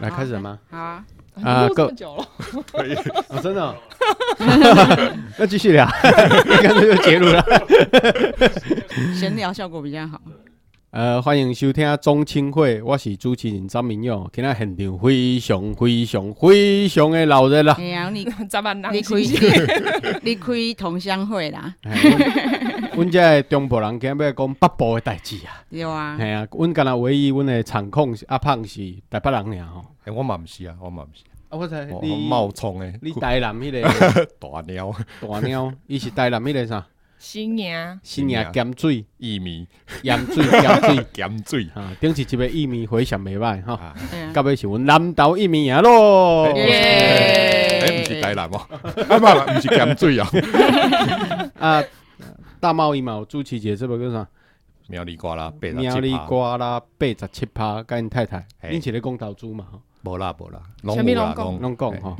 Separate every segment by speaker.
Speaker 1: 来开始了吗？
Speaker 2: 好啊，
Speaker 1: 啊
Speaker 3: 录
Speaker 1: 够
Speaker 3: 这么久了，
Speaker 4: 可以，
Speaker 1: 啊，真的 哦，那继续聊， 干脆就截录了。
Speaker 2: 闲聊效果比较好。
Speaker 1: 呃，欢迎收听中青会，我是主持人张明勇，今天现场非常非常非常的闹 热啦。
Speaker 2: 哎呀，你
Speaker 3: 咱们浪
Speaker 2: 你开
Speaker 3: 心情
Speaker 2: 你开同乡会啦，
Speaker 1: 哎阮阮这中部人今日要讲北部的代志啊，
Speaker 2: 对啊
Speaker 1: 系，啊，阮敢若唯一阮的场控是阿胖是台北人尔吼。
Speaker 4: 哎，我嘛毋是啊，我嘛毋是，
Speaker 1: 啊，我知
Speaker 4: 我我
Speaker 1: 你
Speaker 4: 冒充诶，
Speaker 1: 你台南迄个
Speaker 4: 大鸟
Speaker 1: 大鸟，伊是台南迄个啥？
Speaker 3: 新年
Speaker 1: 新营咸水、
Speaker 4: 薏米
Speaker 1: 盐水、咸水
Speaker 4: 咸水
Speaker 1: 啊，顶是一个薏米回想袂歹吼。
Speaker 4: 啊，
Speaker 2: 对啊
Speaker 1: 到尾是阮南投薏米赢咯。
Speaker 2: 耶
Speaker 4: 哎，毋是台南哦，啊，嘛嘛毋是咸水啊，
Speaker 1: 啊，大贸易嘛，有主持一个这个叫啥？
Speaker 4: 苗栗瓜啦，八十
Speaker 1: 喵
Speaker 4: 七
Speaker 1: 哩
Speaker 4: 趴，
Speaker 1: 瓜啦，八十七趴，甲因太太，
Speaker 4: 嘿
Speaker 1: 恁是咧讲投资嘛？吼，
Speaker 4: 无啦无啦，
Speaker 3: 啥
Speaker 4: 拢
Speaker 3: 物
Speaker 4: 有啦，
Speaker 3: 拢讲
Speaker 1: 拢讲吼。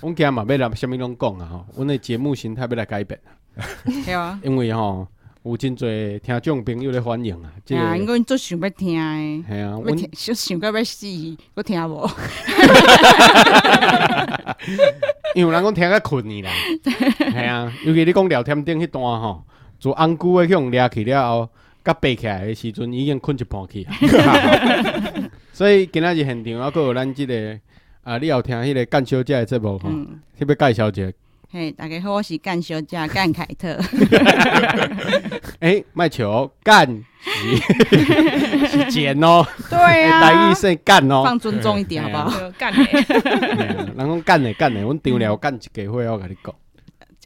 Speaker 1: 阮今嘛要来，啥物拢讲啊吼。阮的节目形态要来改变，
Speaker 2: 对啊，
Speaker 1: 因为吼有真侪听众朋友咧反映啊，即
Speaker 2: 哎呀，
Speaker 1: 个
Speaker 2: 因为足想要听的，
Speaker 1: 系啊，
Speaker 2: 要
Speaker 1: 阮
Speaker 2: 听想想到要死，我听无，
Speaker 1: 哦因为人讲听较困去啦，系啊，尤其你讲聊天顶迄段吼，自翁姑的去互掠去了后，甲爬起来的时阵已经困一半 去啊。所以今仔日现场啊，佫有咱即、个啊，你有听迄个干小姐的节目吼，
Speaker 2: 嗯，
Speaker 1: 特别介绍一下。
Speaker 2: 嘿，大家好，我是干小姐干凯特，
Speaker 1: 诶、卖笑哦干是 是剪哦，
Speaker 2: 对啊
Speaker 1: 来意说干哦。
Speaker 2: 放尊重一点好不好？
Speaker 3: 就干的，
Speaker 1: 嘿啊人讲干诶干诶，阮丈了干一家伙，我甲你讲。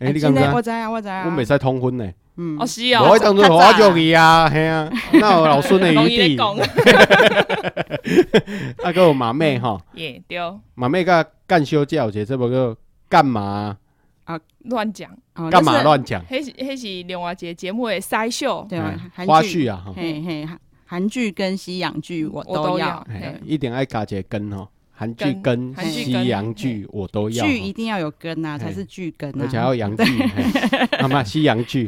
Speaker 1: 诶、
Speaker 2: 哎
Speaker 1: 你敢知
Speaker 2: 真的我
Speaker 1: 影？
Speaker 2: 知啊，我知啊，
Speaker 1: 阮袂使通婚呢。
Speaker 2: 嗯
Speaker 3: 哦，，是
Speaker 1: 我
Speaker 3: 哦
Speaker 1: 会，当做花椒去啊，嘿啊，那有老孙的
Speaker 3: 容
Speaker 1: 余
Speaker 3: 易咧
Speaker 1: 地，
Speaker 3: 讲，
Speaker 1: 啊，个有马妹吼，
Speaker 2: 嗯
Speaker 3: 也对，
Speaker 1: 马妹甲干小姐有一个这无个干嘛
Speaker 3: 乱讲，
Speaker 2: 哦
Speaker 1: 干嘛？
Speaker 2: 那是
Speaker 1: 乱讲
Speaker 3: 迄是迄是另外一个节目的筛秀，
Speaker 2: 对啊
Speaker 1: 哎，
Speaker 2: 韩
Speaker 1: 花
Speaker 2: 剧，
Speaker 1: 絮啊，吼，
Speaker 2: 嘿嘿，韩韩剧跟西洋剧我
Speaker 3: 我
Speaker 2: 都
Speaker 3: 都
Speaker 2: 要
Speaker 3: 要，
Speaker 1: 哎
Speaker 3: 嘿
Speaker 1: 一定爱加一个根吼，韩剧跟
Speaker 3: 韩
Speaker 2: 剧
Speaker 1: 西
Speaker 3: 跟
Speaker 1: 洋剧我都要，
Speaker 2: 剧一定要有根啊，
Speaker 1: 嘿
Speaker 2: 才是剧根啊，
Speaker 1: 而且还要洋 剧，嘿啊嘛西洋剧。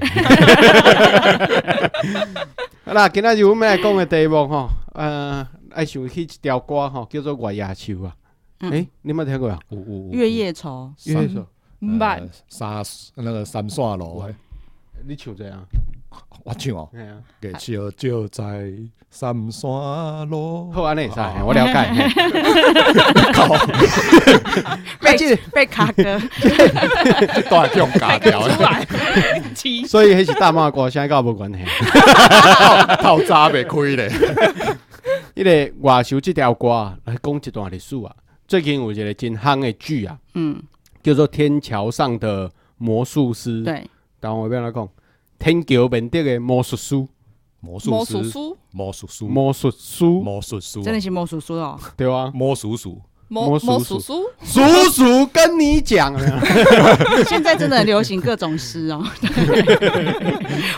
Speaker 1: 好啦，今仔日我们来讲的题目吼，呃，爱想起一条歌吼，叫做《月夜愁》啊，
Speaker 2: 嗯
Speaker 1: 诶，你捌听过啊？
Speaker 4: 有有有
Speaker 2: 月夜愁，
Speaker 1: 月夜愁，
Speaker 3: 毋
Speaker 4: 呃
Speaker 3: 捌，
Speaker 4: 三那个三线路的，
Speaker 1: 你唱者啊？
Speaker 4: 我唱哦，
Speaker 1: 嘿啊。
Speaker 4: 月笑照在三线路，
Speaker 1: 好，安尼会使，
Speaker 4: 哦
Speaker 1: 嘿我了解。嘿
Speaker 2: 被被卡歌，
Speaker 4: 这大种假
Speaker 3: 还讲出
Speaker 4: 条的，
Speaker 3: 来，奇
Speaker 1: 所以迄是大妈歌，啥甲我无关系。
Speaker 4: 透早袂开咧，
Speaker 1: 迄个外秀即条歌啊来讲一段历史啊。最近有一个真夯的剧啊，
Speaker 2: 嗯，
Speaker 1: 叫做《天桥上的魔术师》。
Speaker 2: 对，
Speaker 1: 但我要安怎讲？天桥面顶的魔术师，
Speaker 4: 魔术
Speaker 3: 魔术
Speaker 4: 师
Speaker 3: 师，，
Speaker 4: 魔术师，
Speaker 1: 魔术师，
Speaker 4: 魔术师，
Speaker 2: 真的是魔术师哦，
Speaker 1: 对啊。
Speaker 4: 魔术师，
Speaker 1: 魔
Speaker 3: 魔
Speaker 1: 术
Speaker 3: 魔
Speaker 1: 师
Speaker 3: 术师，
Speaker 1: 叔叔跟你讲啊，
Speaker 2: 现在真的很流行各种诗哦。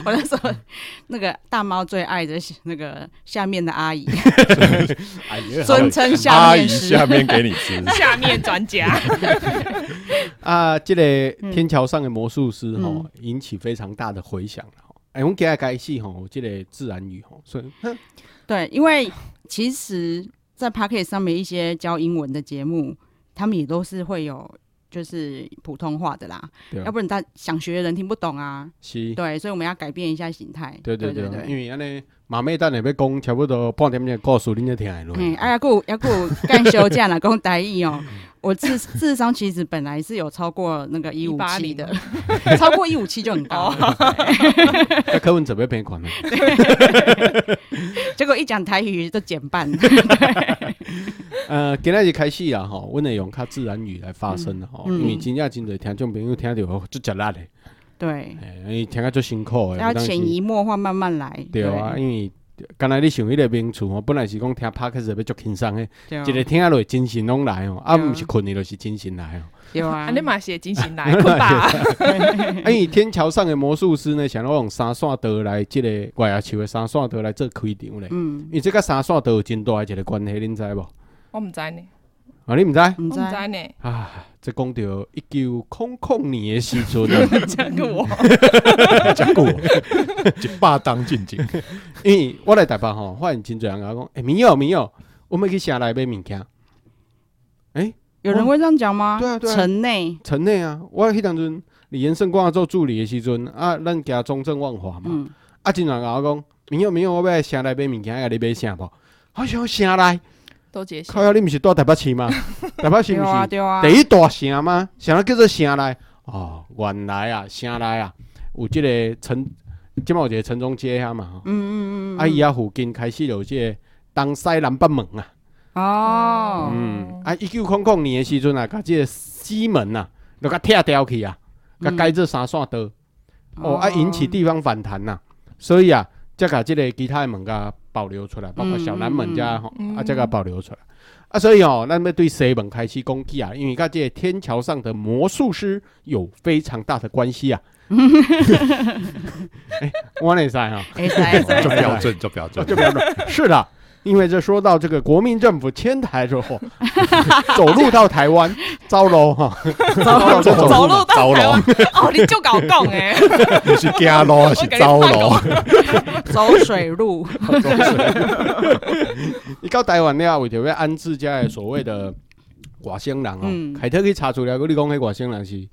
Speaker 2: 我那时候那个大猫最爱的是那个下面的阿姨，
Speaker 1: 哎呀
Speaker 2: 尊称下
Speaker 4: 阿
Speaker 2: 面
Speaker 4: 姨
Speaker 2: 师
Speaker 4: 下，面给你 吃，
Speaker 3: 下面专家，
Speaker 1: 啊，这个天桥上的魔术师吼、
Speaker 2: 嗯
Speaker 1: 引起非常大的回响了吼。哎、我们今日开始吼，有这个自然语吼，所以
Speaker 2: 对，因为其实，在 p a c k e t 上面一些教英文的节目，他们也都是会有。就是普通话的啦，
Speaker 1: 对啊
Speaker 2: 要不然大想学的人听不懂啊。
Speaker 1: 是
Speaker 2: 对，所以我们要改变一下形态。
Speaker 1: 对
Speaker 2: 对
Speaker 1: 对对，因
Speaker 2: 对，
Speaker 1: 为安尼马妹等下要讲差不多半点钟的故事，恁就听会落。
Speaker 2: 嗯，哎呀，顾要顾干休假了，讲台语哦。
Speaker 1: 嗯
Speaker 2: 我智智商其实本来是有超过那个一五七
Speaker 3: 180
Speaker 2: 的， 超过一五七就很高了，
Speaker 3: 哦
Speaker 1: 甲柯文哲要变款了。 啊
Speaker 2: 结果一讲台语就减半。
Speaker 1: 呃，今仔日开始啊吼，阮会用较自然语来发声啊吼，
Speaker 2: 嗯嗯
Speaker 1: 因为真正真侪听众朋友听着就吃力的，
Speaker 2: 对，
Speaker 1: 哎，因为听较足辛苦的。
Speaker 2: 要
Speaker 1: 有当时
Speaker 2: 潜移默化，慢慢来。
Speaker 1: 对啊，因为刚才你想迄个名词吼，本来是讲听 p o d c a 要足轻松的，
Speaker 2: 对啊，
Speaker 1: 一个听落精神拢来吼，啊，
Speaker 2: 对啊
Speaker 1: 毋是困去就是精神 来哦吼。
Speaker 2: 有
Speaker 3: 啊，
Speaker 2: 啊，
Speaker 3: 你嘛是会真心来，困 吧，
Speaker 1: 啊，因为天桥上的魔术师呢，想要用三线道来即个月牙树的三线道来做开场咧，
Speaker 2: 嗯
Speaker 1: 因，为这个三线道有真大的一个关系，恁知无？
Speaker 3: 我毋知呢，
Speaker 1: 啊，你毋知
Speaker 2: 你
Speaker 3: 我毋
Speaker 2: 知
Speaker 3: 知呢，
Speaker 1: 啊？这讲到一九空空年的时阵啊，
Speaker 3: 这个我
Speaker 4: 结果一百当进 前，
Speaker 1: 因啊为我来台北吼，发现真侪人甲我讲，诶、欸，明友明友，我们去城内买物件。诶
Speaker 2: 有人会这样讲吗？
Speaker 1: 对啊对啊
Speaker 2: 城内，
Speaker 1: 城内啊，我迄当阵李延胜我做助理的时阵，啊，咱行中正万华嘛，
Speaker 2: 嗯，
Speaker 1: 啊，真人甲我讲，明友明友，我要来城内买物件，啊你买啥无？我想城内，啊
Speaker 3: 都解释
Speaker 1: 靠，呀，你毋是住台北 市吗？台北市
Speaker 2: 对
Speaker 1: 毋
Speaker 2: 啊
Speaker 1: 是
Speaker 2: 对啊，
Speaker 1: 第一大城吗？啥叫做城内？哦，原来啊，城内啊，有即个城，即嘛有一个城中街遐嘛，吼
Speaker 2: 嗯嗯嗯嗯，
Speaker 1: 啊，伊啊附近开始有即个东西南北门啊，
Speaker 2: 哦，
Speaker 1: 嗯，啊，一九零零年的时阵啊，甲即个西门啊，就甲拆掉去啊，甲
Speaker 2: 嗯
Speaker 1: 改做三线道，哦，啊，引起地方反弹呐，所以啊，才甲即个其他的门甲保留出来，包括小南门
Speaker 2: 嗯
Speaker 1: 遮
Speaker 2: 嗯
Speaker 1: 吼，
Speaker 3: 嗯
Speaker 1: 啊，才甲保留出来。啊，所以哦，咱要对西门开始攻击啊，因为甲即个天桥上的魔术师有非常大的关系啊。 哎，我那啥啊？
Speaker 2: 哎塞塞，
Speaker 4: 就标准，就标准
Speaker 1: 就。 不要说是的，因为这说到这个国民政府迁台之后， 走路到台湾，糟喽哈，糟
Speaker 4: 糟
Speaker 1: 走
Speaker 3: 走
Speaker 1: 路
Speaker 3: 路到 台湾，哦，你就搞讲诶，
Speaker 4: 你是惊咯还是走咯？
Speaker 2: 走水路，
Speaker 1: 走水你到台湾了，为着要安置这的所谓的外省人
Speaker 2: 嗯
Speaker 1: 哦，凯特去查出来，我你讲迄外省人是，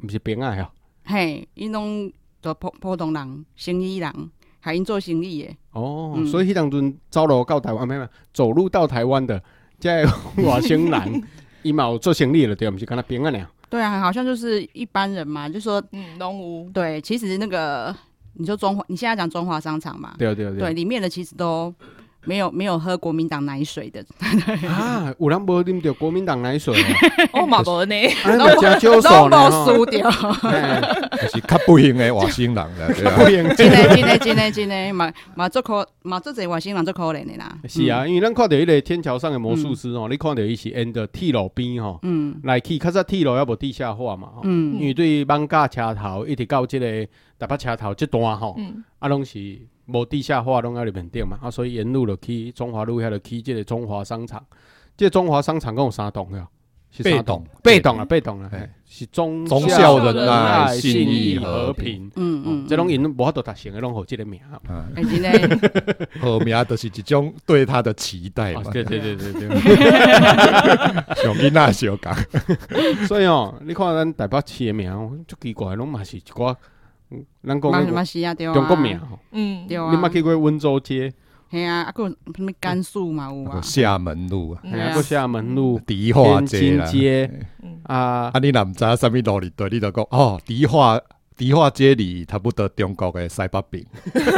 Speaker 1: 不是兵啊？
Speaker 2: 嘿，伊拢做普普通人、生意人，还因做生意的，
Speaker 1: 哦，
Speaker 2: 嗯
Speaker 1: 所以迄当阵走路到台湾，没有没有走路到台湾的这的外省 人，伊嘛有做生意了，对，不是干那兵啊俩。
Speaker 2: 对啊，好像就是一般人嘛，就说
Speaker 3: 嗯，龙屋
Speaker 2: 对，其实那个你说中华，你现在讲中华商场嘛，
Speaker 1: 对对对
Speaker 2: 对，里面的其实都没有没有喝国民党奶水的，
Speaker 1: 啊，有人无啉着国民党奶 水哦，
Speaker 3: 哦嘛无呢，
Speaker 1: 安尼真少数呢
Speaker 2: 都
Speaker 1: 吼
Speaker 2: 输掉，
Speaker 1: 哎
Speaker 4: 就是较不幸的外省人啦，对
Speaker 1: 不
Speaker 4: 啊。
Speaker 1: 用
Speaker 2: 真的真的真的真的，嘛嘛做可嘛做这外省人做可怜的啦，
Speaker 1: 是啊，因为咱看到迄个天桥上的魔术师哦，你看到伊是沿着铁路边吼，
Speaker 2: 嗯，
Speaker 1: 哦来去较早铁路要无地下化嘛，吼
Speaker 2: 嗯
Speaker 1: 因为对万架车头一直到即个台北车头即段吼，
Speaker 3: 嗯，
Speaker 1: 啊拢是无地下化，拢在入面顶嘛，啊所以沿路就去中华路遐就去即个中华商场，即个中华商场共有三栋了，是三栋，八
Speaker 4: 八
Speaker 1: 栋啊，八栋啊
Speaker 4: 哎，
Speaker 1: 嘿是中
Speaker 4: 忠
Speaker 3: 孝
Speaker 1: 仁
Speaker 3: 仁
Speaker 1: 爱
Speaker 4: 爱
Speaker 1: 信
Speaker 4: 信
Speaker 1: 义
Speaker 4: 义
Speaker 1: 和
Speaker 4: 和
Speaker 1: 平，哦
Speaker 2: 嗯嗯，
Speaker 1: 这拢因无法度达成的，拢互即个名。
Speaker 4: 啊
Speaker 2: 哎 真的，
Speaker 4: 好名就是一种对他的期待
Speaker 1: 啊
Speaker 4: 嘛，
Speaker 1: 对对对对对。
Speaker 4: 像囡仔小讲，
Speaker 1: 所以哦，你看咱台北市的名，足奇怪，拢嘛是一寡嗯咱讲
Speaker 2: 嘛
Speaker 1: 的
Speaker 2: 嘛是啊对啊，
Speaker 1: 中国名，吼。
Speaker 3: 嗯，
Speaker 2: 对
Speaker 1: 你捌
Speaker 2: 啊，
Speaker 1: 去过温州街，
Speaker 2: 嘿啊，啊还有什么甘肃嘛有啊，
Speaker 4: 厦门路啊，
Speaker 3: 嗯
Speaker 1: 还
Speaker 2: 对啊
Speaker 1: 有厦门路、
Speaker 4: 迪化
Speaker 1: 天
Speaker 4: 街
Speaker 1: 津
Speaker 4: 啦。
Speaker 1: 街
Speaker 3: 嗯，
Speaker 1: 啊
Speaker 4: 啊，，你若毋知影啥物路哩对，你就讲哦，迪化迪化街离差不多中国的西北 边，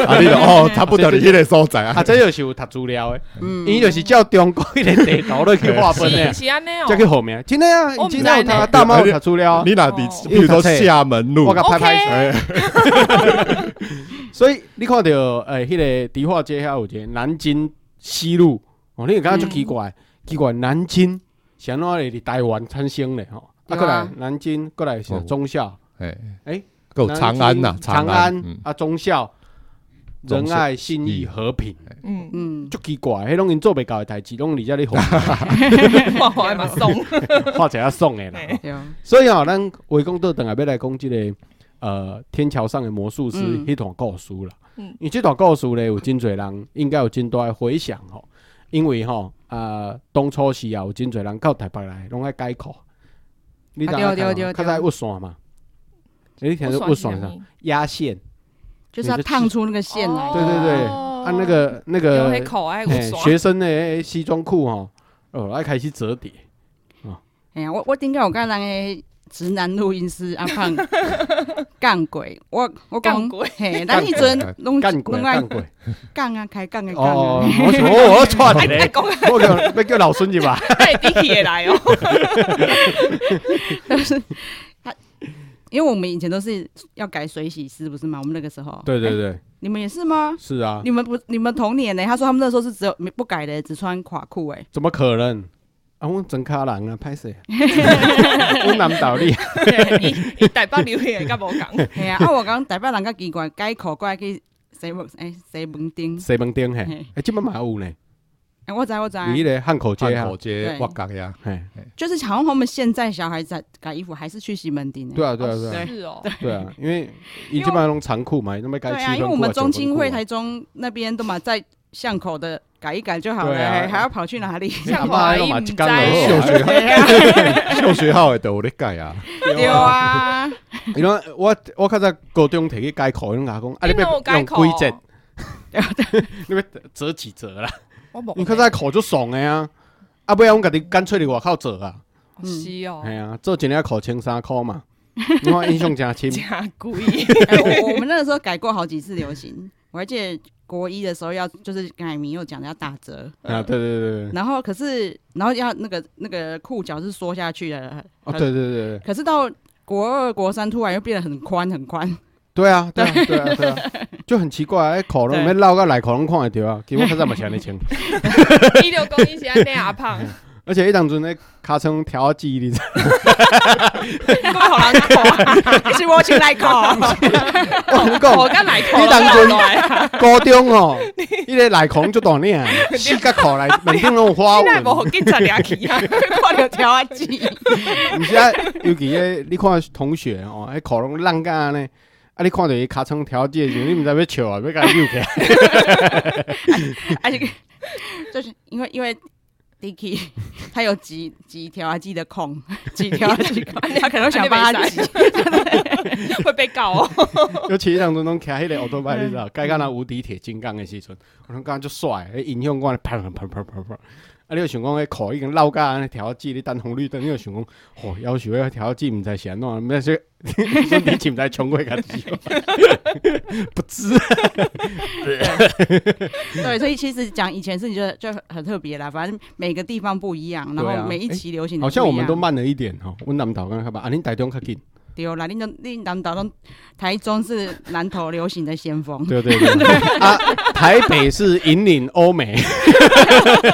Speaker 4: 啊，你就哦，差不多离迄个所在
Speaker 1: 啊，
Speaker 4: 啊，
Speaker 1: 这就是有读资料的，
Speaker 2: 嗯，
Speaker 1: 伊就是照中国迄个地图咧去划分的
Speaker 3: 是，是安尼哦
Speaker 1: 才去好名。真的啊，伊
Speaker 3: 我不知
Speaker 1: 真
Speaker 3: 道
Speaker 1: 的有
Speaker 3: 呢
Speaker 1: 读大猫有读资料啊
Speaker 4: 你，若
Speaker 3: 哦
Speaker 4: 伫比如说厦门路
Speaker 1: 我，甲拍拍手。哎
Speaker 3: ，OK，
Speaker 1: 所以你看到诶，迄、个迪化街遐有一个南京西路，哦，你会感觉足奇怪，奇怪南京是安怎会伫台湾产生的吼？啊，
Speaker 2: 对啊
Speaker 1: 过来南京，过来是中校，
Speaker 4: 哎
Speaker 1: 哎，
Speaker 4: 还有长安呐
Speaker 1: 南，京
Speaker 4: 长
Speaker 1: 长
Speaker 4: 安
Speaker 1: 安，
Speaker 4: 嗯
Speaker 1: 啊，中校，
Speaker 4: 忠
Speaker 1: 仁
Speaker 4: 孝
Speaker 1: 爱、信义、
Speaker 4: 义
Speaker 1: 和平，
Speaker 3: 嗯，
Speaker 2: 嗯，
Speaker 1: 足奇怪，迄拢因做袂到的代志，拢伫遮咧互
Speaker 3: 我好爱嘛 送，
Speaker 1: 画一下送的啦。吼
Speaker 2: 对，
Speaker 1: 所以啊，咱话讲倒等下要来讲即、个呃天桥上的魔术师
Speaker 2: 嗯
Speaker 1: 迄段故事啦。
Speaker 3: 嗯
Speaker 1: 因为即段故事咧，有真侪人应该有真大的回响吼，因为吼啊、当初时啊有真侪人到台北来，拢爱改口。你
Speaker 2: 啊对对对
Speaker 1: 较早有线嘛？诶你听说有线
Speaker 2: 啊
Speaker 1: 上压线，
Speaker 2: 就是要烫出那个线来，啊
Speaker 1: 对对对，啊
Speaker 3: 哦
Speaker 1: 按那个那
Speaker 3: 有
Speaker 1: 个
Speaker 3: 迄口爱
Speaker 1: 嘿
Speaker 3: 有耍，
Speaker 1: 学生的西装裤吼，哦，爱开始折叠。
Speaker 2: 哎呀，我我顶个有甲人诶直男录音师阿 胖杠过，我我
Speaker 3: 干
Speaker 2: 讲，
Speaker 3: 鬼，
Speaker 2: 嘿，咱迄阵拢
Speaker 1: 干鬼
Speaker 2: 拢爱
Speaker 1: 干鬼
Speaker 2: 杠啊，开杠诶杠
Speaker 1: 哦，
Speaker 2: 啊，
Speaker 1: 我想哦我错一个，
Speaker 3: 爱讲
Speaker 1: 我叫要叫老孙入吧。
Speaker 3: 爱滴起来 哦，
Speaker 2: 因为我们以前都是要改水洗师，不是吗？我们那个时候，
Speaker 1: 对对对，
Speaker 2: 你们也是吗？
Speaker 1: 是啊，
Speaker 2: 你们不，你们童年呢？他说他们那时候是只有没不改的，只穿垮裤哎，
Speaker 1: 怎么可能？啊，阮真卡人啊，歹 势，阮南岛 你
Speaker 3: 伊伊台北流血甲无 共，
Speaker 2: 嘿啊，啊我讲台北人较奇怪，改口过来去西门哎西门町，
Speaker 1: 西门町嘿
Speaker 2: 嘿，
Speaker 1: 哎，即摆嘛有呢，
Speaker 2: 哎我知我知，
Speaker 1: 有迄个汉口街
Speaker 4: 汉
Speaker 1: 啊
Speaker 4: 口，街
Speaker 2: 对，
Speaker 4: 我讲呀，
Speaker 1: 嘿，
Speaker 2: 就是好像他们现在小孩子改衣服还是去西门町哎
Speaker 1: 对啊对啊对啊
Speaker 3: 是哦，
Speaker 1: 对啊，因为伊即摆拢长裤嘛，伊拢要改
Speaker 2: 对
Speaker 1: 七
Speaker 2: 啊，
Speaker 1: 分
Speaker 2: 因为
Speaker 1: 裤
Speaker 2: 我们中
Speaker 1: 九分
Speaker 2: 青
Speaker 1: 裤
Speaker 2: 会
Speaker 1: 啊
Speaker 2: 台中那边都嘛在巷口的改一改就好了，
Speaker 1: 对啊
Speaker 2: 还还要跑去 哪里？
Speaker 1: 阿
Speaker 3: 像
Speaker 1: 嬷
Speaker 3: 华
Speaker 1: 那
Speaker 3: 裔
Speaker 1: 嘛
Speaker 3: 唔
Speaker 1: 一
Speaker 3: 知
Speaker 1: 天就
Speaker 4: 秀
Speaker 1: 好
Speaker 4: 学
Speaker 2: 对啊，
Speaker 4: 秀学号的都有咧改啊，
Speaker 2: 对啊，
Speaker 1: 伊拢我我较早高中摕去解课，伊拢甲我讲，啊你
Speaker 3: 你哪有
Speaker 1: 要
Speaker 3: 解
Speaker 1: 用
Speaker 3: 课
Speaker 1: 几节，你要折几折啊啦？
Speaker 3: 我
Speaker 2: 哦
Speaker 3: 欸无
Speaker 1: 你较早课就爽的啊，啊尾仔阮家己干脆伫外口做啊，
Speaker 3: 是哦
Speaker 1: 系，啊，做一领课千三箍嘛， 我印象诚深。
Speaker 3: 真 贵，
Speaker 2: 哎我我们那个时候改过好几次流行，我还记得国一的时候要就是改名，又讲要打折，
Speaker 1: 啊，对对对对，
Speaker 2: 然后可是然后要那个那个裤脚是缩下去的，
Speaker 1: 哦对对对对，
Speaker 2: 可是到国二国三突然又变得很宽很宽，
Speaker 1: 对啊对啊对啊对啊，就很奇怪，啊，课拢
Speaker 2: 对
Speaker 1: 要绕到内裤拢看会着啊，其实我较早嘛是安尼穿，
Speaker 3: 一六公斤是安尼 阿胖，
Speaker 1: 而且迄当阵咧尻川调啊记忆力，
Speaker 3: 你讲互人看，
Speaker 2: 是我去来搞，
Speaker 1: 我跟你讲
Speaker 3: 我。甲来看，
Speaker 1: 你当真
Speaker 3: 来，
Speaker 1: 高中哦，迄个内裤就大领，四角裤内面顶拢有花
Speaker 3: 你来
Speaker 1: 纹。
Speaker 3: 无互警察抓去 啊？
Speaker 2: 换了条啊机，
Speaker 1: 毋是啊，尤其迄你看同学哦，迄裤拢浪干呢，啊，你看着伊尻川调节的时候，你毋知道要笑啊，要甲伊扭起来。
Speaker 2: 而且啊就是因为因为 Dicky 他有几几条啊机的空，几条 啊机的空，他可能想帮他挤，
Speaker 3: 会被告哦。
Speaker 1: 尤其迄当中拢徛迄个奥多拜，你知道，该干那无敌铁金刚的时阵，我拢感觉足帅，迄影响我啪啪啪啪啪啪。啊，你有想讲迄裤已经老甲安尼调节，你等红绿灯，你有想讲，哦，要求迄调节毋知是安 怎，咩说，说你是毋知冲过家己，不知。
Speaker 2: 对，所以其实讲以前事情就就很特别啦，反正每个地方不一样，然
Speaker 1: 对啊
Speaker 2: 后每一期流行的
Speaker 1: 好
Speaker 2: 不一样、
Speaker 1: 像我们都慢了一点吼，阮南投刚刚吧，啊，恁台中较紧，
Speaker 2: 丢啦，恁都恁南岛都台中是南投流行的先锋，
Speaker 1: 对对 对，啊，台北是引领欧美，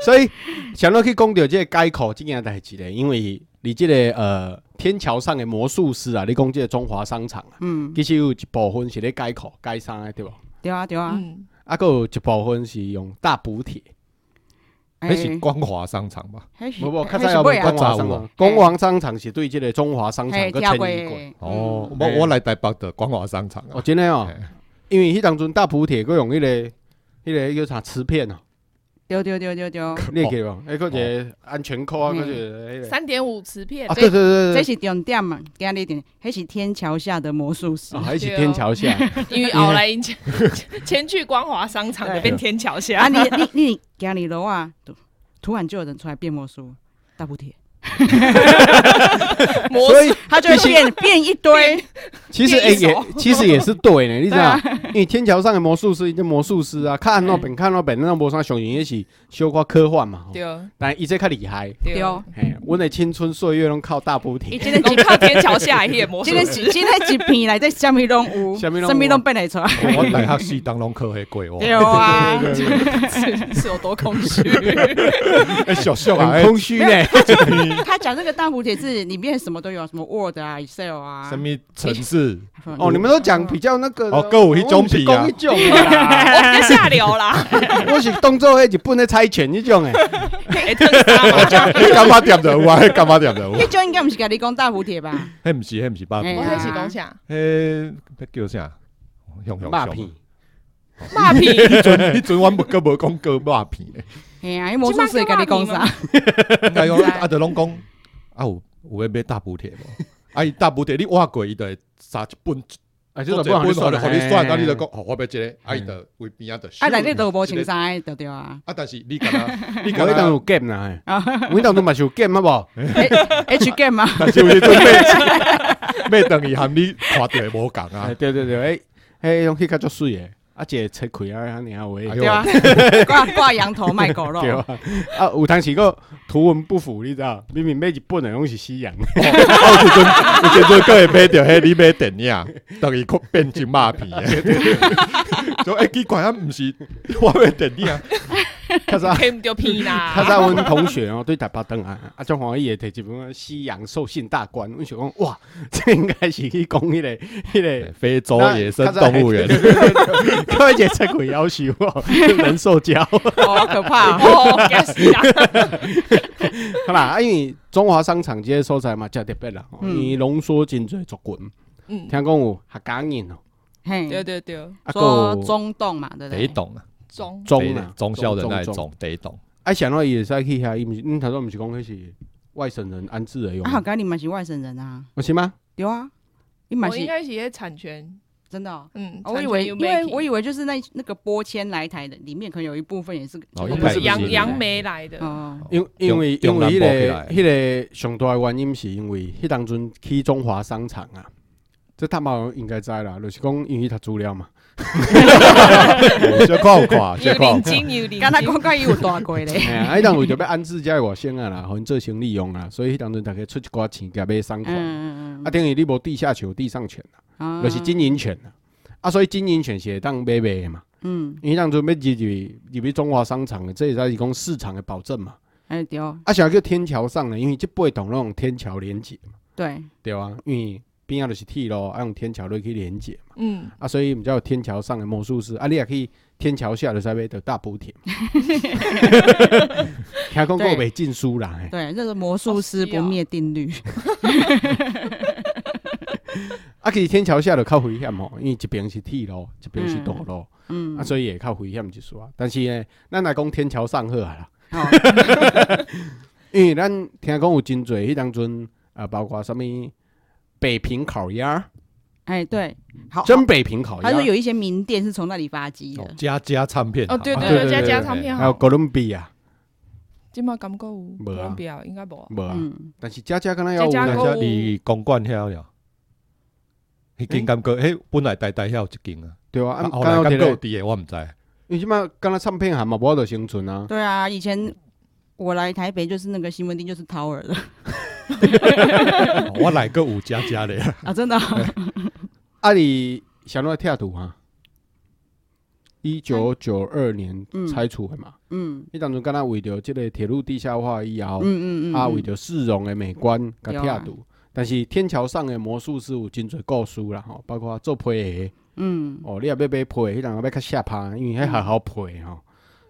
Speaker 1: 所以想要去讲到这个街口这件代志咧，因为你这个呃天桥上的魔术师啊，你讲这个中华商场啊，
Speaker 2: 嗯，
Speaker 1: 其实有一部分是咧街口街商的对不？
Speaker 2: 对啊对啊，
Speaker 3: 嗯
Speaker 1: 啊，还有一部分是用大补贴，
Speaker 4: 那是光华商场吧？
Speaker 2: 哎还是
Speaker 1: 无无，较
Speaker 2: 还
Speaker 1: 早
Speaker 2: 是
Speaker 1: 有
Speaker 2: 贵
Speaker 1: 无
Speaker 2: 啊
Speaker 1: 光，华商场，光华商场是对这个中华商场
Speaker 2: 嘿
Speaker 1: 个
Speaker 2: 跳
Speaker 1: 迁移
Speaker 2: 过，
Speaker 1: 过。
Speaker 4: 哦，
Speaker 1: 嗯
Speaker 4: 我
Speaker 1: 嘿
Speaker 4: 我来台北的光华商场
Speaker 1: 哦，
Speaker 4: 啊，
Speaker 1: 真的哦
Speaker 4: 嘿，
Speaker 1: 因为迄当阵大补贴佮用迄、个、迄、个叫啥磁片哦，
Speaker 2: 丢丢丢丢丢，
Speaker 1: 你会记得无？迄个一个安全扣啊，
Speaker 2: 嗯
Speaker 1: 佮一个迄个
Speaker 3: 三点五磁片
Speaker 1: 啊，，对对对
Speaker 2: 这
Speaker 1: 对对，
Speaker 2: 是重点嘛，今日点，还是天桥下的魔术师
Speaker 1: 啊，，还是天桥下，
Speaker 3: 因为后来因前 前去光华商场的变天桥
Speaker 2: 啊
Speaker 3: 下，
Speaker 2: 你你你今日楼啊，突突然就有人出来变魔术，大补贴，
Speaker 3: 魔
Speaker 1: 所以
Speaker 2: 他就会变变一堆，
Speaker 1: 其实哎、
Speaker 3: 变一手
Speaker 1: 也其实也是对呢，你知
Speaker 2: 对
Speaker 1: 道
Speaker 2: 啊？
Speaker 1: 因为天桥上的魔术师，这魔术师啊，看那本看那本，那无啥上瘾，也是小可科幻嘛，吼
Speaker 3: 对哦
Speaker 1: 但伊这较厉害。
Speaker 3: 对
Speaker 2: 对哦
Speaker 1: 嘿，阮的青春岁月拢靠大补贴
Speaker 2: 伊，今天
Speaker 3: 拢靠天桥下迄个魔术
Speaker 2: 今天
Speaker 3: 师
Speaker 2: 是，今天一片来，这下面拢有，
Speaker 1: 什么拢有
Speaker 2: 什么拢变得出来，
Speaker 4: 哦我我大学四当拢考迄过
Speaker 2: 对
Speaker 4: 哦，
Speaker 2: 啊，
Speaker 3: 是是有多空 虚？哦
Speaker 4: 小小啊，
Speaker 1: 很
Speaker 4: 哎
Speaker 1: 空虚呢。
Speaker 2: 他讲这个大蝴蝶是里面什么都有，什么 Word 啊、Excel 啊，
Speaker 4: 什么城市？
Speaker 1: 哦，你们都讲比较那个的
Speaker 4: 哦还有那种比
Speaker 1: 我
Speaker 4: 啊
Speaker 1: 不是讲那种的啦
Speaker 3: 我比较下流 啦，
Speaker 1: 我是当做迄日本的猜拳迄种诶，
Speaker 3: 会烫伤
Speaker 4: 我
Speaker 3: 嘛？
Speaker 4: 讲迄干巴店的有啊，迄干巴 店的有，
Speaker 2: 那就应该不是跟你讲大蝴蝶吧？
Speaker 4: 迄毋是迄毋是八
Speaker 2: 嘿
Speaker 4: 片
Speaker 3: 我
Speaker 2: 啊，
Speaker 3: 开始讲啥？
Speaker 4: 迄迄叫啥？熊熊
Speaker 1: 肉
Speaker 4: 熊
Speaker 1: 片。
Speaker 3: 骂屁！
Speaker 4: 迄阵迄阵，阮无个无讲过肉片的，
Speaker 2: 哎呀，那魔术师会跟你讲啥？
Speaker 4: 应该讲啊，就拢讲啊，有有要买大补贴无？ 啊，伊大补贴你挖过伊就会撒一本，
Speaker 1: 啊，
Speaker 4: 做
Speaker 1: 就
Speaker 4: 一
Speaker 1: 不
Speaker 4: 本
Speaker 1: 好
Speaker 4: 互
Speaker 1: 意
Speaker 4: 你
Speaker 1: 思，
Speaker 4: 选，啊，你就讲哦，我要即个，啊，伊
Speaker 1: 嗯
Speaker 4: 就为边仔就收。
Speaker 2: 啊，内底都无
Speaker 4: 一
Speaker 2: 穿
Speaker 4: 个
Speaker 2: 衫的，对对啊。
Speaker 4: 啊，但是你敢 若你
Speaker 1: 我
Speaker 4: 敢
Speaker 1: 迄当
Speaker 4: 若
Speaker 1: 有 game 啦，嘿我迄当都嘛是有 game 啊
Speaker 2: H 啊 game 嘛，
Speaker 4: 但是 有时阵买 买等伊含你看着
Speaker 1: 无？
Speaker 4: 无共 啊
Speaker 1: 哎，。对对对，哎，迄种迄较足水诶，啊，一个切开啊，安尼啊喂
Speaker 4: 哎，
Speaker 2: 对啊
Speaker 4: 呦，，
Speaker 2: 挂挂羊头卖狗肉，
Speaker 1: 对啊，啊，有当时个图文不符，你知道？明明买日本诶拢是西洋的，
Speaker 4: 啊有时阵有时阵个会买着迄你买电影，等伊看变成肉片 的。 就哎奇怪啊，毋是我买电 影，
Speaker 1: 较早。
Speaker 3: 开唔着屁啦！
Speaker 1: 较早阮同学哦，对台北登啊，啊，种欢喜诶，摕一本《西洋授信大观》，阮想讲哇，这应该是去讲迄个迄个。
Speaker 4: 非洲野生动物 园
Speaker 1: 对。对对对对各位姐这鬼要求哦，人兽交。
Speaker 2: 哦，好可怕哦。
Speaker 3: 哦，吓死啦！
Speaker 1: 好啦，啊，因为中华商场这些所在嘛，真特别啦，哦
Speaker 2: 嗯
Speaker 1: 伊浓缩真侪族群，
Speaker 3: 嗯
Speaker 1: 听，讲有客家人哦，
Speaker 2: 嘿，
Speaker 3: 对对对，
Speaker 1: 啊，还
Speaker 2: 说
Speaker 1: 有
Speaker 2: 中洞嘛，对不
Speaker 4: 北
Speaker 2: 对？
Speaker 4: 懂啊，
Speaker 3: 中
Speaker 1: 中啊，
Speaker 4: 中校的那一
Speaker 1: 中
Speaker 4: 种，得懂。
Speaker 1: 啊，想到伊会使去遐，伊毋是，你头先毋是讲迄是外省人安置的用
Speaker 2: 啊，，好，该你嘛是外省人啊，
Speaker 1: 我是吗？
Speaker 2: 对啊，你嘛
Speaker 3: 我应
Speaker 2: 是
Speaker 3: 该写产权，
Speaker 2: 真的哦。
Speaker 3: 嗯，
Speaker 2: 哦我以为，因为我以
Speaker 3: 为
Speaker 2: 为就是那那个播迁来台的里面，可能有一部分也是就
Speaker 4: 哦
Speaker 2: 是
Speaker 4: 应该是
Speaker 3: 杨
Speaker 4: 不是
Speaker 3: 杨梅来的，
Speaker 2: 哦，
Speaker 1: 因因为因
Speaker 4: 中
Speaker 1: 为
Speaker 4: 南
Speaker 1: 迄
Speaker 4: 部起来
Speaker 1: 个迄个上大的原因是因为迄当阵去中华商场啊，这他们应该知啦，就是讲因为他资料 嘛，
Speaker 4: 小看 看，
Speaker 3: 有
Speaker 4: 小看
Speaker 3: 领
Speaker 4: 看。
Speaker 3: 金有领
Speaker 2: 刚才
Speaker 3: 金，
Speaker 2: 广告伊有大 过咧，
Speaker 1: 哎呀，啊迄当为着要安置遮外省啊啦，互因做生意用啊，所以迄当阵大家出一寡钱甲买商款，
Speaker 2: 嗯嗯
Speaker 1: 啊，等于你无地下球、地上权啊，
Speaker 2: 嗯，
Speaker 1: 就是经营权啊，啊，所以经营权是会当买卖的嘛，
Speaker 2: 嗯，
Speaker 1: 因为迄当阵要入入入去中华商场的，这也是讲市场的保证嘛，
Speaker 2: 哎对哦
Speaker 1: 啊，想要叫天桥上呢，因为即八栋拢用天桥连接，
Speaker 2: 对，
Speaker 1: 对啊，因为边仔就是铁路，啊用天桥落去连接。
Speaker 3: 嗯，
Speaker 1: 啊，所以毋才有天桥上的魔术师，啊，你也去天桥下的啥物的大补贴。 听讲够未禁书啦，嘿
Speaker 2: 对，这是魔术师
Speaker 3: 哦是
Speaker 2: 不
Speaker 3: 哦
Speaker 2: 灭定律。
Speaker 1: 啊，其实天桥下就较危险吼，因为一边是铁路，一边是道路，
Speaker 2: 嗯
Speaker 1: 啊，，所以也较危险一丝啊。但是呢，咱来讲天桥上好啊啦，
Speaker 2: 好，哦
Speaker 1: 因为咱听讲有真侪迄当阵啊，包括啥物北平烤鸭，
Speaker 2: 哎对，好，
Speaker 1: 真北平烤
Speaker 2: 他说
Speaker 1: 鸭，
Speaker 2: 有一些名店是从那里发迹的，
Speaker 4: 哦加加唱片
Speaker 3: 哦对
Speaker 1: 啊
Speaker 3: 对
Speaker 1: 对
Speaker 3: 对，加
Speaker 1: 对
Speaker 3: 加
Speaker 1: 对
Speaker 3: 唱片
Speaker 1: 还有
Speaker 3: 好，
Speaker 1: 哥伦比亚，
Speaker 3: 今麦感觉有，无
Speaker 1: 啊
Speaker 3: 表应该无啊，
Speaker 1: 无啊，
Speaker 2: 嗯，
Speaker 1: 但是家家敢若要有
Speaker 3: 家
Speaker 4: 那
Speaker 3: 家
Speaker 1: 啦，
Speaker 4: 些离公馆遐了，迄间感觉，
Speaker 3: 嗯
Speaker 4: 迄本来呆呆遐有一间啊，
Speaker 1: 对啊，
Speaker 4: 啊
Speaker 1: 啊，
Speaker 4: 后
Speaker 1: 敢
Speaker 4: 来
Speaker 1: 若
Speaker 4: 感
Speaker 1: 有
Speaker 4: 觉
Speaker 1: 一
Speaker 4: 有
Speaker 1: 个
Speaker 4: 伫诶，我毋知。
Speaker 1: 因为即摆敢若唱片行嘛，无法度生存啊。
Speaker 2: 对啊，以前我来台北就是那个西门町就是掏耳的
Speaker 4: 哦我来个有加 加咧，
Speaker 2: 啊，真的哦，
Speaker 1: 啊，你想要拆除啊？一九九二年
Speaker 2: 嗯
Speaker 1: 拆除的嘛，
Speaker 2: 嗯
Speaker 1: 迄当阵敢若为着即个铁路地下化以后，
Speaker 2: 嗯嗯嗯，
Speaker 1: 啊，为
Speaker 2: 嗯
Speaker 1: 着市容的美观甲
Speaker 2: 对啊
Speaker 1: 拆除。但是天桥上的魔术师有真侪故事啦，吼，包括做皮的，
Speaker 2: 嗯，
Speaker 1: 哦，你也要买皮，迄人也要较下拍，因为迄还好皮
Speaker 2: 嗯
Speaker 1: 吼，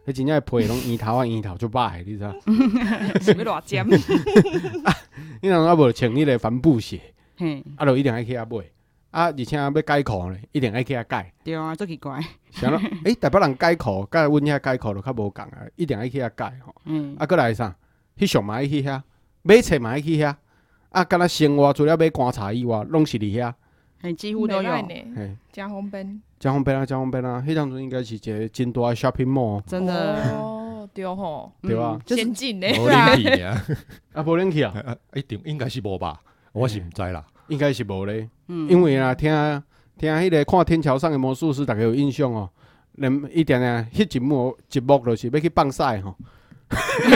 Speaker 1: 迄真正的皮拢圆头啊圆头就歹，你知道？
Speaker 3: 什么偌尖，
Speaker 1: 你人啊无穿迄个帆布鞋，
Speaker 2: 嘿，
Speaker 1: 啊，就一定爱去遐买，啊，而且要改裤呢，一定爱去遐改。
Speaker 2: 对啊，做奇怪，
Speaker 1: 想 到，诶、台北人改裤，甲阮遐改裤就较无共啊，一定爱去遐改吼。
Speaker 2: 嗯，
Speaker 1: 啊，过来啥？翕相嘛爱去遐，买册嘛爱去遐。啊，敢若生活除了买观察以外，拢是伫遐。
Speaker 2: 嘿，几乎都有，
Speaker 3: 呢，
Speaker 1: 嘿，
Speaker 3: 加红本，
Speaker 1: 江方便啊，江方便啊，迄当阵应该是一个真大的 shopping mall，
Speaker 2: 真的，
Speaker 3: 哦，对吼，
Speaker 1: 对吧
Speaker 2: 嗯就是
Speaker 3: 先进呢，
Speaker 4: 无恁去尔，
Speaker 1: 啊，无恁去啊，
Speaker 4: 啊一定应该是无吧，我是毋知啦。
Speaker 1: 应该是无咧，
Speaker 2: 嗯
Speaker 1: 因为啊，听听迄个看天桥上的魔术师，大家有印象哦。连一定啊，迄一幕一幕就是要去放屎吼，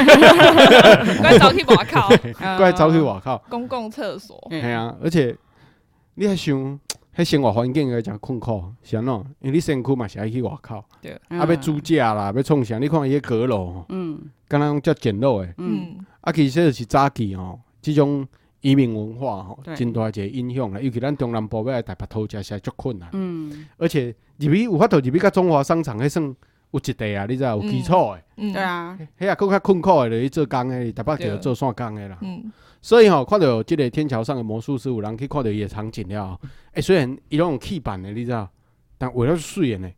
Speaker 3: 我走去外口
Speaker 1: 过来走去，外口。
Speaker 3: 公共厕所，
Speaker 1: 系
Speaker 2: 嘿，
Speaker 1: 啊，而且你还想，迄生活环境个诚困苦，是安怎？因为你身躯嘛是爱去外口，
Speaker 2: 嗯
Speaker 1: 啊要煮，食啦，要创啥？你看伊个阁楼吼，
Speaker 2: 嗯
Speaker 1: 敢若拢遮简陋诶。
Speaker 2: 嗯，
Speaker 3: 嗯，
Speaker 1: 啊，其实就是早期吼，即种移民文化吼，
Speaker 2: 对
Speaker 1: 真大一个影响啦。尤其咱中南部要来台北讨食是足困难，
Speaker 2: 嗯，
Speaker 1: 而且入去有法度入去甲中华商场迄算有一地啊，你知道有基础诶。
Speaker 3: 嗯
Speaker 2: 对，啊，
Speaker 1: 迄啊，更较困苦诶，就是做工诶，台北就
Speaker 3: 对
Speaker 1: 做线工诶啦。
Speaker 3: 嗯，
Speaker 1: 所以吼、看到即个天桥上的魔术师，有人去看到伊的场景了、诶，欸，虽然伊拢有气板的，你知道，但画了水的呢，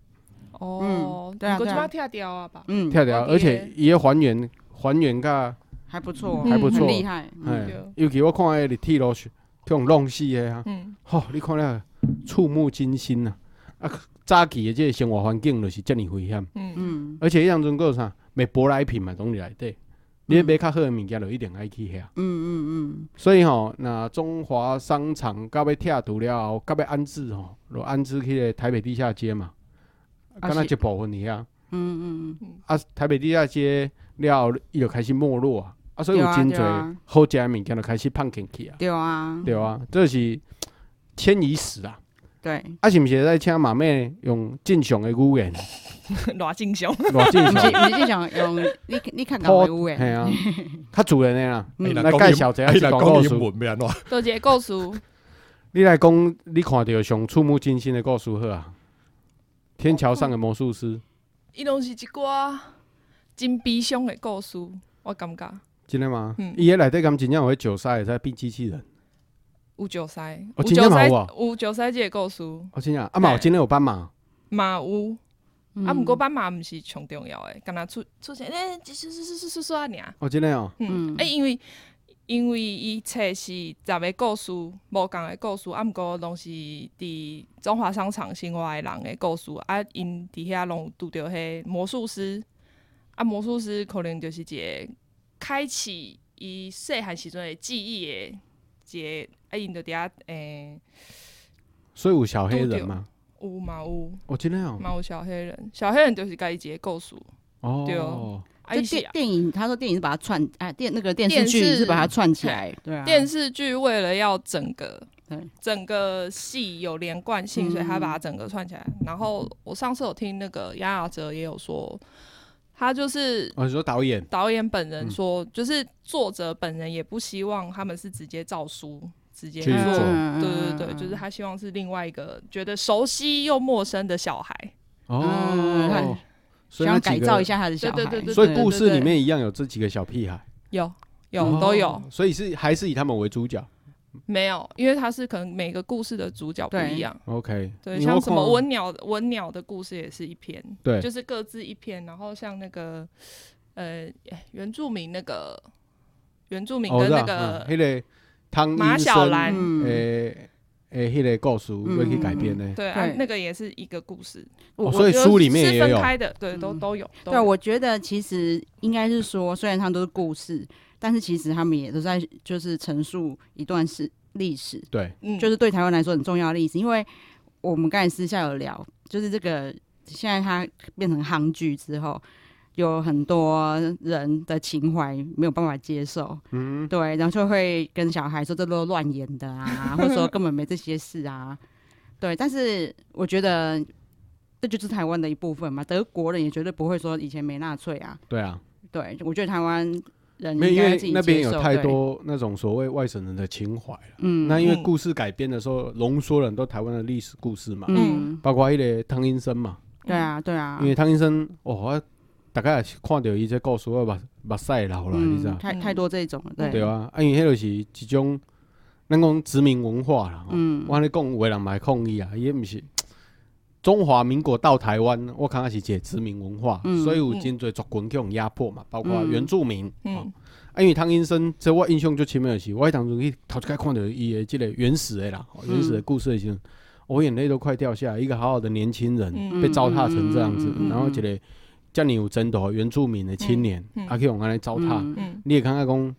Speaker 3: 哦，
Speaker 2: 对啊
Speaker 3: 我
Speaker 2: 对
Speaker 3: 即
Speaker 2: 啊
Speaker 3: 摆拆掉啊吧，
Speaker 2: 嗯，
Speaker 1: 跳跳，
Speaker 3: 我记得
Speaker 1: 而且伊的还原还原甲，
Speaker 2: 还不错，
Speaker 1: 还不错
Speaker 2: 很厉害，
Speaker 1: 哎、
Speaker 2: 嗯，
Speaker 3: 对
Speaker 1: 尤其我看迄个铁路是去互弄死的啊，
Speaker 3: 嗯，
Speaker 1: 吼、你看了触目惊心啊！啊，早期的即个生活环境就是遮尔危险，
Speaker 3: 嗯，
Speaker 2: 嗯
Speaker 1: 而且迄当阵还有啥卖舶来品嘛，拢伫内底，你要买较好的物件，就一定爱去遐。
Speaker 2: 嗯嗯
Speaker 1: 所以吼、那中华商场到要拆除了后，到要安置吼、就安置去个台北地下街嘛，
Speaker 2: 啊
Speaker 1: 敢若
Speaker 2: 是
Speaker 1: 一部分尔啊，
Speaker 2: 嗯嗯嗯，
Speaker 1: 啊，台北地下街了后，伊就开始没落啊，啊，所以有
Speaker 2: 对啊
Speaker 1: 真
Speaker 2: 对啊
Speaker 1: 侪好食的物件就开始放进去啊，
Speaker 2: 对啊，
Speaker 1: 对啊，这是迁移史啊，
Speaker 2: 对，
Speaker 1: 啊，是毋是在请马妹用正常的语言，
Speaker 3: 偌正常，
Speaker 1: 偌正
Speaker 2: 你是
Speaker 1: 常，
Speaker 2: 你是想用你你看港的屋
Speaker 1: 嘿
Speaker 2: 诶，
Speaker 1: 啊，较自然 的啦。
Speaker 2: 嗯
Speaker 4: 哎
Speaker 1: 来介绍一下这
Speaker 4: 来
Speaker 1: 个
Speaker 4: 讲
Speaker 1: 故事
Speaker 4: 英文要安怎？
Speaker 3: 做一个故事，
Speaker 1: 你来讲，你看到上触目惊心的故事好啊，天桥上的魔术师。
Speaker 3: 伊拢是一寡真悲伤的故事，我感觉
Speaker 1: 真的吗
Speaker 3: 嗯？
Speaker 1: 伊迄内底敢真正有迄石狮会使变机器人？
Speaker 3: 有石狮，
Speaker 1: 哦
Speaker 3: 有
Speaker 1: 真
Speaker 3: 石
Speaker 1: 的嘛
Speaker 3: 狮，
Speaker 1: 有啊
Speaker 3: 有石狮即个故事
Speaker 1: 哦，真正啊啊嘛，有
Speaker 3: 嘿
Speaker 1: 真的有斑马，
Speaker 3: 嘛有，啊，毋过斑马毋是上重要诶，敢若出出现诶，是是是是是是啊尔。
Speaker 1: 哦，真诶哦，
Speaker 2: 嗯
Speaker 3: 嗯，诶，因为因为伊册是十个故事，无共诶故事，啊，毋过拢是伫中华商场生活诶人诶故事，啊，因伫遐拢有拄着迄魔术师，啊，魔术师可能就是一个开启伊细汉时阵诶记忆诶一个，啊，因就伫遐诶
Speaker 1: 所以有小黑人嘛，
Speaker 3: 有嘛有
Speaker 1: 哦，真诶哦，
Speaker 3: 嘛有小黑人，小黑人就是家己一个故事，对
Speaker 1: 哦
Speaker 3: 哦，啊，
Speaker 2: 就
Speaker 3: 伊是
Speaker 2: 电电影，他说电影是把它串，哎，电那个电视
Speaker 3: 电
Speaker 2: 剧是
Speaker 3: 视
Speaker 2: 把它串起来，对啊，
Speaker 3: 电视剧为了要整个
Speaker 2: 对
Speaker 3: 整个戏有连贯性，
Speaker 2: 嗯
Speaker 3: 所以他把它整个串起来。然后我上次有听那个杨雅哲也有说，他就是
Speaker 1: 哦，你说导演，
Speaker 3: 导演本人说，
Speaker 2: 嗯
Speaker 3: 就是作者本人也不希望他们是直接照书直接
Speaker 1: 去
Speaker 3: 做。
Speaker 1: 做
Speaker 2: 嗯
Speaker 3: 对对对，就是他希望是另外一个觉得熟悉又陌生的小孩。
Speaker 1: 哦
Speaker 2: 嗯，
Speaker 1: 所以那
Speaker 2: 想
Speaker 1: 几
Speaker 2: 改
Speaker 1: 个
Speaker 2: 造一，下他的小孩，
Speaker 3: 对对对对
Speaker 1: 所以故事里面一样有这几个小屁孩，
Speaker 3: 有有、
Speaker 1: 哦
Speaker 3: 都有，
Speaker 1: 所以是还是以他们为主角。
Speaker 3: 没有？因为他是可能每个故事的主角不
Speaker 2: 对
Speaker 3: 一样。
Speaker 1: OK，
Speaker 3: 对，
Speaker 1: 你有
Speaker 3: 像什么
Speaker 1: 看
Speaker 3: 文鸟文鸟的故事也是一篇，
Speaker 1: 对
Speaker 3: 就是各自一篇，然后像那个呃原住民那个原住民
Speaker 1: 哦我
Speaker 3: 跟
Speaker 1: 知道
Speaker 3: 那个
Speaker 1: 嗯那个汤
Speaker 3: 马
Speaker 1: 医
Speaker 3: 小
Speaker 1: 生
Speaker 3: 兰，
Speaker 2: 嗯，
Speaker 1: 诶诶，迄个故事要去改编呢。
Speaker 3: 对啊
Speaker 2: 对，
Speaker 3: 那个也是一个故事，
Speaker 1: 哦
Speaker 2: 我
Speaker 1: 所以
Speaker 3: 就是
Speaker 1: 书里面也
Speaker 3: 是
Speaker 1: 有
Speaker 3: 分开的，对，都
Speaker 2: 嗯
Speaker 3: 都有。都
Speaker 2: 对，
Speaker 3: 有
Speaker 2: 我觉得其实应该是说，虽然他们都是故事，但是其实他们也都在就是陈述一段是历史，
Speaker 1: 对，
Speaker 3: 嗯
Speaker 2: 就是对台湾来说很重要的历史。因为我们刚才私下有聊，就是这个现在它变成夯剧之后，有很多人的情怀没有办法接受，
Speaker 1: 嗯，
Speaker 2: 对，然后就会跟小孩说这都乱演的啊，或 者说根本没这些事啊，对。但是我觉得这就是台湾的一部分嘛，德国人也绝对不会说以前没纳粹啊，
Speaker 1: 对啊，
Speaker 2: 对。我觉得台湾人
Speaker 1: 没有
Speaker 2: 应
Speaker 1: 因
Speaker 2: 该
Speaker 1: 为
Speaker 2: 自己
Speaker 1: 那边
Speaker 2: 接
Speaker 1: 有
Speaker 2: 受
Speaker 1: 太，
Speaker 2: 对
Speaker 1: 多那种所谓外省人的情怀了。
Speaker 2: 嗯，
Speaker 1: 那因为
Speaker 3: 嗯
Speaker 1: 故事改编的时候，浓缩了很多台湾的历史故事嘛，
Speaker 2: 嗯，
Speaker 1: 包括迄个汤医生嘛，
Speaker 2: 对啊，对啊，
Speaker 1: 因为汤医生，哦，我大概也是看到伊这故事，我目目屎流了，你知道
Speaker 2: 嗯，？太太多这种了，对
Speaker 1: 对啊，啊，因为迄就是一种咱讲殖民文化啦。吼
Speaker 2: 嗯
Speaker 1: 我安尼讲，有的人嘛会抗议啊，伊也毋是中华民国到台湾，我感觉是一个殖民文化，
Speaker 2: 嗯
Speaker 1: 所以有真侪族群去用压迫嘛，包括
Speaker 2: 嗯
Speaker 1: 原住民。吼
Speaker 3: 嗯
Speaker 1: 啊，因为汤医生，这我印象最深的就是，我迄当中去头一开看到伊的即个原始的啦，吼
Speaker 2: 嗯
Speaker 1: 原始的故事的时阵，我眼泪都快掉下来。一个好好的年轻人、
Speaker 3: 嗯
Speaker 1: 被糟蹋成这样子，
Speaker 2: 嗯嗯嗯嗯
Speaker 1: 然后一个遮尔有前途的原住民的青年，
Speaker 3: 嗯嗯
Speaker 1: 啊，去用安尼糟蹋。
Speaker 2: 嗯
Speaker 3: 嗯，
Speaker 1: 你也感觉讲，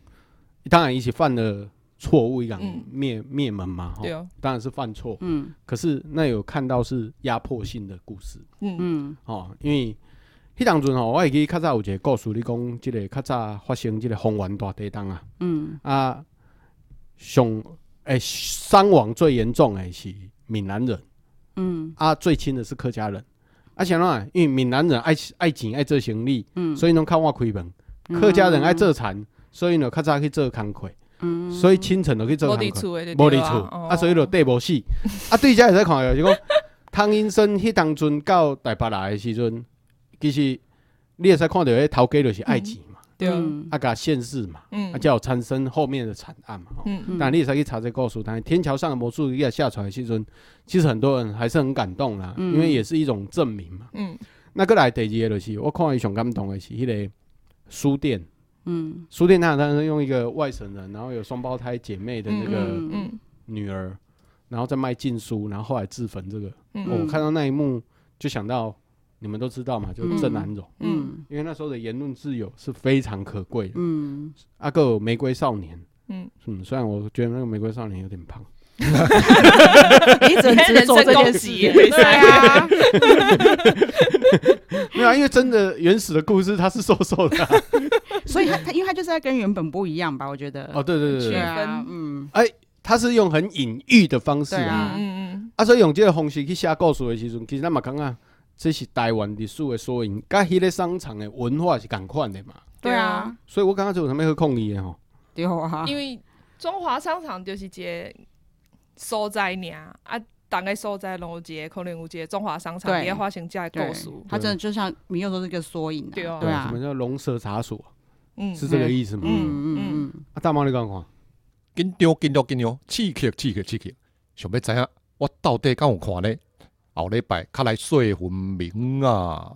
Speaker 1: 当然伊是犯了错误，伊讲
Speaker 3: 嗯
Speaker 1: 灭灭门嘛，吼
Speaker 3: 对，哦，
Speaker 1: 当然是犯错。
Speaker 2: 嗯
Speaker 1: 可是那有看到是压迫性的故事，
Speaker 3: 嗯
Speaker 2: 嗯
Speaker 1: 吼，因为迄当阵吼，我会记较早有一个故事，你讲即个较早发生即个方圆大地震啊，
Speaker 2: 嗯
Speaker 1: 啊，上诶、伤亡最严重诶是闽南人，
Speaker 2: 嗯
Speaker 1: 啊，最轻的是客家人。啊，想啦，因为闽南人爱爱钱爱做生意，
Speaker 2: 嗯，
Speaker 1: 所以拢较晚开门；客家人爱做田，所以呢较早去做工课。
Speaker 2: 嗯，
Speaker 1: 所以清晨就去做
Speaker 3: 无
Speaker 1: 工
Speaker 3: 伫
Speaker 1: 课，
Speaker 3: 厝诶，
Speaker 1: 无伫厝，
Speaker 2: 哦
Speaker 3: 哦
Speaker 1: 啊，所以就缀无 死。啊，对遮会使看到就是讲，汤医生迄当阵到台北来的时阵，其实你会使看到迄头家就是爱情嘛，
Speaker 3: 对哦，
Speaker 2: 嗯
Speaker 1: 啊，甲现世嘛，
Speaker 3: 嗯
Speaker 1: 啊，才有产生后面的惨案嘛。哦
Speaker 3: 嗯
Speaker 1: 但你也使去查这个故事，但是天桥上的魔术也下出来的时阵，其实很多人还是很感动啦，
Speaker 2: 嗯
Speaker 1: 因为也是一种证明嘛。
Speaker 3: 嗯
Speaker 1: 那过来第二个就是，我看伊上感动的是迄个书店，
Speaker 2: 嗯
Speaker 1: 书店他当时用一个外省人，然后有双胞胎姐妹的那个。
Speaker 2: 嗯
Speaker 3: 嗯
Speaker 1: 女儿，然后再卖禁书，然后后来自焚这个。
Speaker 3: 嗯
Speaker 1: 哦我看到那一幕就想到，你们都知道嘛，就是郑南榕，
Speaker 2: 嗯
Speaker 1: 因为那时候的言论自由是非常可贵的。
Speaker 2: 嗯，
Speaker 1: 阿哥、有玫瑰少年，
Speaker 3: 嗯
Speaker 1: 嗯，虽然我觉得那个玫瑰少年有点胖，
Speaker 3: 哎
Speaker 2: 你只能执着这件事，对啊，
Speaker 1: 没有、啊，因为真的原始的故事它是瘦瘦的 啊、
Speaker 2: 所以他他因为他就是要跟原本不一样吧，我觉得
Speaker 1: 哦，，对对对
Speaker 2: 对
Speaker 1: 对，
Speaker 2: 啊，嗯
Speaker 1: 它是用很隐喻的方式
Speaker 2: 对
Speaker 1: 啊，
Speaker 2: 啊
Speaker 3: 嗯嗯
Speaker 1: 啊，所以用这个方式去写故事的时阵，其实咱嘛感觉这是台湾历史的缩影，甲迄个商场的文化是共款的嘛。
Speaker 2: 对啊，
Speaker 1: 所以我感觉这有啥物好抗议的吼。
Speaker 2: 对啊
Speaker 3: 嗯，，因为中华商场就是一个所在尔啊。逐个所在拢有一个，可能有一个中华商场，
Speaker 2: 对
Speaker 3: 伫遐发生遮个
Speaker 2: 对
Speaker 3: 故事，，
Speaker 2: 他真的就像你又说是个缩影，
Speaker 3: 对啊
Speaker 2: 对啊
Speaker 1: 什么，叫龙蛇茶所？
Speaker 3: 嗯，
Speaker 1: 是这个意思吗？
Speaker 2: 嗯嗯嗯，
Speaker 1: 啊，大猫你讲看，
Speaker 4: 紧张紧张紧张，刺激刺激刺激，想要知影我到底敢有看咧？后礼拜较来细分明啊。